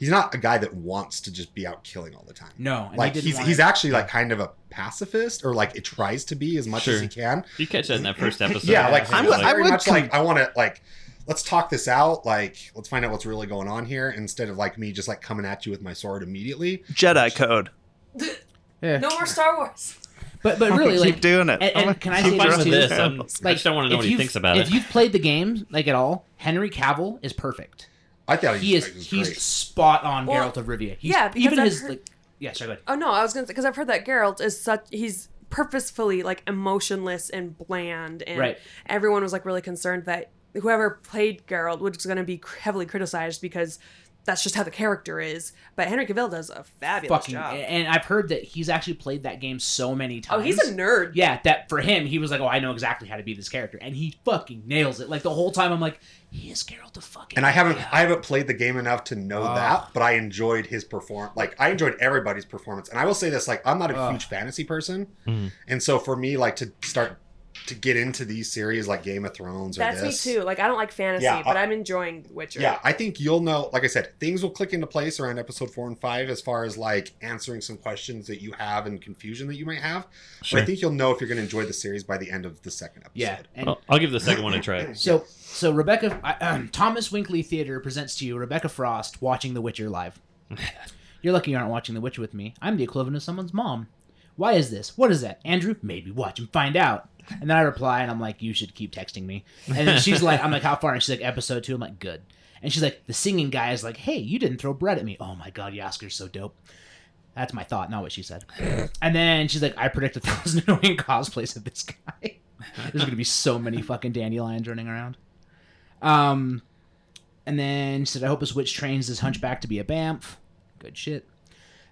B: he's not a guy that wants to just be out killing all the time.
E: No, and
B: like
E: he didn't
B: he's
E: want
B: he's
E: it.
B: actually like kind of a pacifist or like it tries to be as much as
H: Sure.
B: he can.
H: You catch that in that first episode.
B: yeah, like
H: I'm
B: I'm,
I: would- I
B: very
I: would
B: much
I: con-
B: like I want to like let's talk this out, like let's find out what's really going on here instead of like me just like coming at you with my sword immediately.
I: Jedi Code.
J: No more Star Wars.
E: but but really
I: keep
E: like
I: doing it.
E: and-
I: I'm
E: and
I: gonna
E: can I
I: keep
E: say
I: doing
H: fine
E: this
H: with
I: it.
E: too?
H: this. I'm, I
E: like
H: just don't want to know what
E: if
H: he
E: you've-
H: thinks about
E: if
H: it.
E: you've played the game like at all, Henry Cavill is perfect.
B: I thought
E: He is
B: like, was
E: he's
B: Oh, great.
E: spot on
C: Well,
E: Geralt of Rivia. He's,
C: yeah, because
E: even
C: I've
E: his
C: heard-
E: like yeah, sorry, go ahead.
C: Oh no, I was gonna say because I've heard that Geralt is such he's purposefully like emotionless and bland, and
E: Right.
C: everyone was like really concerned that whoever played Geralt was gonna be cr- heavily criticized because that's just how the character is. But Henry Cavill does a fabulous
E: fucking
C: job.
E: and I've heard that he's actually played that game so many
C: Oh,
E: times.
C: he's a nerd.
E: yeah, that for him, he was like, "Oh, I know exactly how to be this character," and he fucking nails it. Like the whole time, I'm like, "He is Geralt the fucking."
B: and I haven't
E: Yeah.
B: I haven't played the game enough to know
E: Ugh.
B: that, but I enjoyed his perform. Like I enjoyed everybody's performance, and I will say this: like I'm not a
E: Ugh. Mm-hmm.
B: huge fantasy person,
H: Mhm.
B: and so for me, like to start to get into these series like Game of Thrones or
C: That's
B: this,
C: me too. Like I don't like fantasy,
B: Yeah,
C: but
B: I-
C: I'm enjoying Witcher.
B: Yeah, I think you'll know. Like I said, things will click into place around episode four and five, as far as like answering some questions that you have and confusion that you might have. But I
H: Sure.
B: think you'll know if you're going to enjoy the series by the end of the second episode.
E: yeah. And
H: I'll, I'll give the second one a try.
E: so, so Rebecca I, um, Thomas Winkley Theater presents to you Rebecca Frost watching The Witcher live. You're lucky you aren't watching The Witcher with me. I'm the equivalent of someone's mom. Why is this? What is that? Andrew, maybe watch and find out. And then I reply and I'm like, you should keep texting me. And then she's like, I'm like, how far? And she's like, episode two. I'm like, good. And she's like, the singing guy is like, hey, you didn't throw bread at me. Oh my God, Yasker's so dope. That's my thought, not what she said. And then she's like, I predict a thousand annoying cosplays of this guy. There's gonna be so many fucking dandelions running around. Um, and then she said, I hope his witch trains this hunchback to be a bamf. Good shit.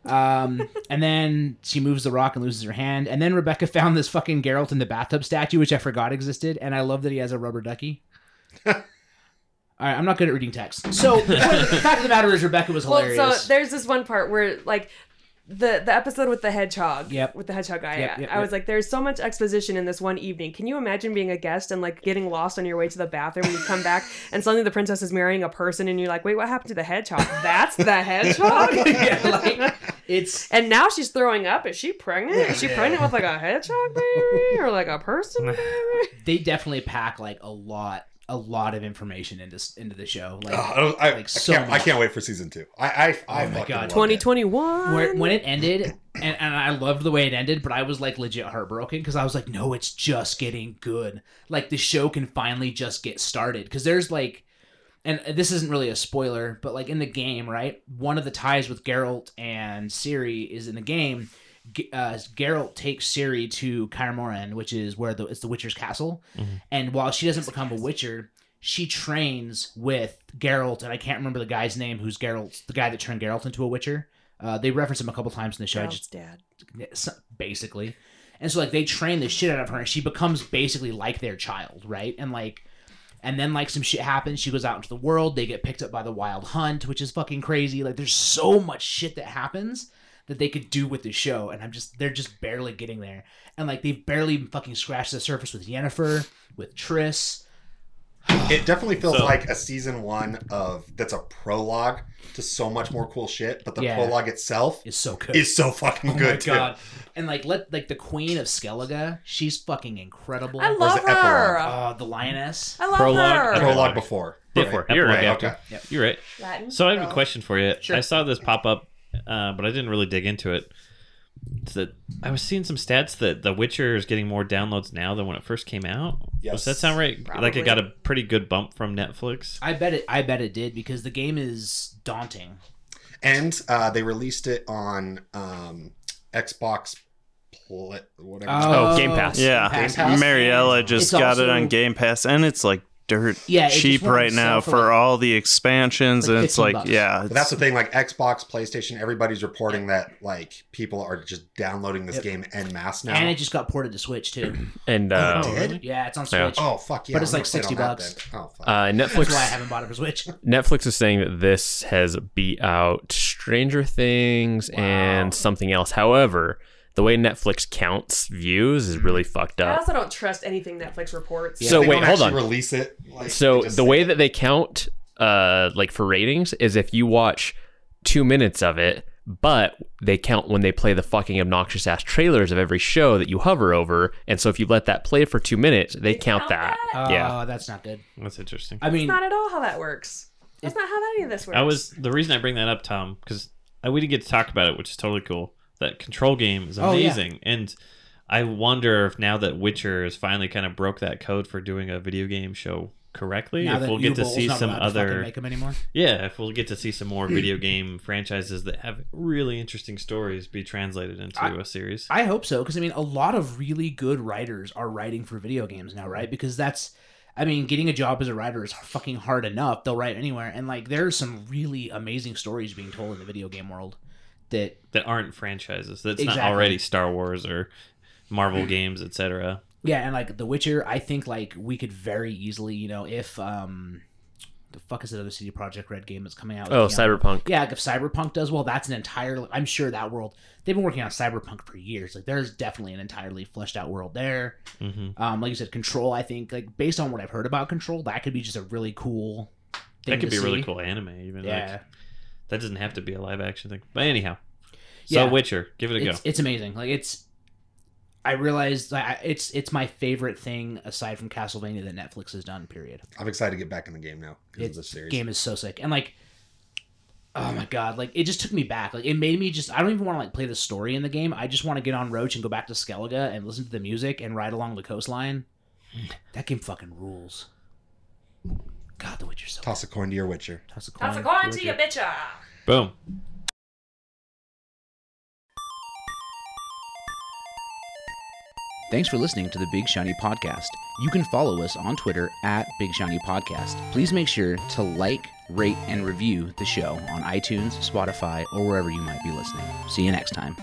E: Um, and then she moves the rock and loses her hand. And then Rebecca found this fucking Geralt in the bathtub statue, which I forgot existed. And I love that he has a rubber ducky. All right, I'm not good at reading text. So, the fact of the matter is, Rebecca was
C: Well,
E: hilarious.
C: so there's this one part where like the the episode with the hedgehog.
E: Yep.
C: With the hedgehog guy.
E: Yep, yep,
C: I was like, there's so much exposition in this one evening. Can you imagine being a guest and like getting lost on your way to the bathroom and you come back and suddenly the princess is marrying a person and you're like, wait, what happened to the hedgehog? That's the hedgehog.
E: yeah, like, it's
C: And now she's throwing up. Is she pregnant? Is she pregnant with like a hedgehog baby or like a person baby?
E: they definitely pack like a lot a lot of information into s- into the show like
B: Ugh, I, don't- I,
E: Like,
B: I
E: so
B: can't, I
E: much.
B: can't wait for season two. I, I, I
E: Oh my
B: fucking
E: God.
B: love it.
C: 2021.
E: where, when it ended and, and i loved the way it ended but i was like legit heartbroken because i was like no it's just getting good like the show can finally just get started because there's like and this isn't really a spoiler but like in the game right one of the ties with geralt and siri is in the game G- uh, Geralt takes Siri to Kaer Morhen, which is where the it's the Witcher's castle.
H: Mhm.
E: And while she doesn't become a Witcher, she trains with Geralt, and I can't remember the guy's name who's Geralt, the guy that turned Geralt into a Witcher. Uh, they reference him a couple times in the show. I
C: Gerald's
E: just
C: dad.
E: so- basically. And so like they train the shit out of her and she becomes basically like their child, right? And like and then like some shit happens, she goes out into the world, they get picked up by the wild hunt, which is fucking crazy. Like there's so much shit that happens that they could do with the show and I'm just they're just barely getting there. And like they've barely fucking scratched the surface with Yennefer, with Triss.
B: It definitely feels
H: So-
B: like a season one of that's a prologue to so much more cool shit, but the
E: Yeah.
B: prologue itself
E: Is so good.
B: is so fucking
E: oh
B: good
E: my
B: too.
E: god. And like let like the queen of Skellige, she's fucking incredible.
C: I love
B: the epilogue?
C: her.
E: uh, the lioness.
C: I love
H: Prologue.
C: her.
H: Okay.
B: Prologue before.
D: Before.
B: Right.
D: You're
H: Epilogue
D: right.
H: after.
B: Okay.
H: You're right.
J: Latin.
H: So I have a
J: Girl.
H: question for you.
E: Sure.
H: I saw this pop up, uh, but I didn't really dig into it. that I was seeing some stats that The Witcher is getting more downloads now than when it first came out. Does that
B: Yes.
H: sound right? Like
C: Probably.
H: it got a pretty good bump from Netflix.
E: I bet it. I bet it did because the game is daunting.
B: and uh, they released it on um, Xbox, pl- whatever. it's called.
D: Oh, Game Pass.
I: Yeah.
E: Game Pass.
I: Mariella just
E: It's
I: got it
E: also-
I: on Game Pass, and it's like dirt
E: Yeah, it just
I: cheap
E: went on
I: right
E: sale
I: now
E: for,
I: for,
E: like-
I: all the expansions,
E: like
I: and it's
E: 15
I: like,
E: bucks.
I: yeah,
B: But
I: it's,
B: that's the thing, like Xbox, PlayStation, everybody's reporting that like people are just downloading this
E: Yep.
B: game en mass now.
E: And it just got ported to Switch too.
D: And uh,
B: Oh, did?
E: Yeah, it's on
D: Yeah.
E: Switch.
B: oh fuck yeah!
E: But it's
B: I'm
E: like
B: gonna play it on
E: 60
B: that then. Oh fuck.
D: uh,
E: That's why I
D: Netflix
E: haven't bought it for Switch.
D: Netflix is saying that this has beat out Stranger Things and something else. However, the way Netflix counts views is really fucked
C: I
D: up.
C: also don't trust anything Netflix reports.
D: So
B: They
D: wait,
B: don't
D: hold
B: actually
D: on.
B: Release it. like,
D: So
B: they just
D: the
B: say-
D: way that they count, uh, like for ratings, is if you watch two minutes of it, but they count when they play the fucking obnoxious ass trailers of every show that you hover over. And so if you let that play for two minutes, they, count, that.
H: Um,
E: Oh,
D: Yeah.
E: that's not good.
H: That's interesting.
E: I mean,
C: That's not at all how that works. That's not how any of this works.
H: I was the reason I bring that up, Tom, because we didn't get to talk about it, which is totally cool. That control game is
E: Oh, yeah.
H: amazing, and I wonder if now that Witcher has finally kind of broke that code for doing a video game show correctly,
E: now
H: if
E: that
H: we'll get to
E: Ubol's
H: see
E: not
H: some
E: allowed to fucking
H: other
E: make them anymore.
H: yeah, if we'll get to see some more video game franchises that have really interesting stories be translated into
E: I-
H: a series.
E: I hope so because I mean, a lot of really good writers are writing for video games now, right? Because that's, I mean, getting a job as a writer is fucking hard enough. They'll write anywhere, and like, there's some really amazing stories being told in the video game world. That
H: that aren't franchises. That's not
E: Exactly. Mm.
H: already Star Wars or Marvel games, etc.
E: yeah, and like The Witcher, I think like we could very easily, you know, if um, the fuck is that other CD Project Red game that's coming out?
D: Oh,
E: with Keanu?
D: Cyberpunk.
E: Yeah, like if Cyberpunk does well, that's an entire. I'm sure that world. They've been working on Cyberpunk for years. Like, there's definitely an entirely fleshed out world there.
H: Mm-hmm.
E: Um, like you said, Control. I think like based on what I've heard about Control, that could be just a really cool. Thing
H: That could be
E: to
H: a really
E: see.
H: cool anime. Even
E: Yeah,
H: like, that doesn't have to be a live action thing. But anyhow, so
E: Yeah.
H: Witcher, give it a
E: it's,
H: go.
E: it's amazing. Like it's, I realized like, I- it's it's my favorite thing aside from Castlevania that Netflix has done. Period.
B: I'm excited to get back in the game now because
E: It-
B: of this series.
E: Game is so sick and like, oh my god, like it just took me back. Like it made me just I don't even want to like play the story in the game. I just want to get on Roach and go back to Skellige and listen to the music and ride along the coastline. That game fucking rules. God, The Witcher's so.
B: Toss a coin to your Witcher.
E: Toss a
J: That's a
C: "Oh,
E: coin
J: going to you, bitcha.
H: Boom.
A: Thanks for listening to the Big Shiny Podcast. You can follow us on Twitter at Big Shiny Podcast. Please make sure to like, rate, and review the show on iTunes, Spotify, or wherever you might be listening. See you next time.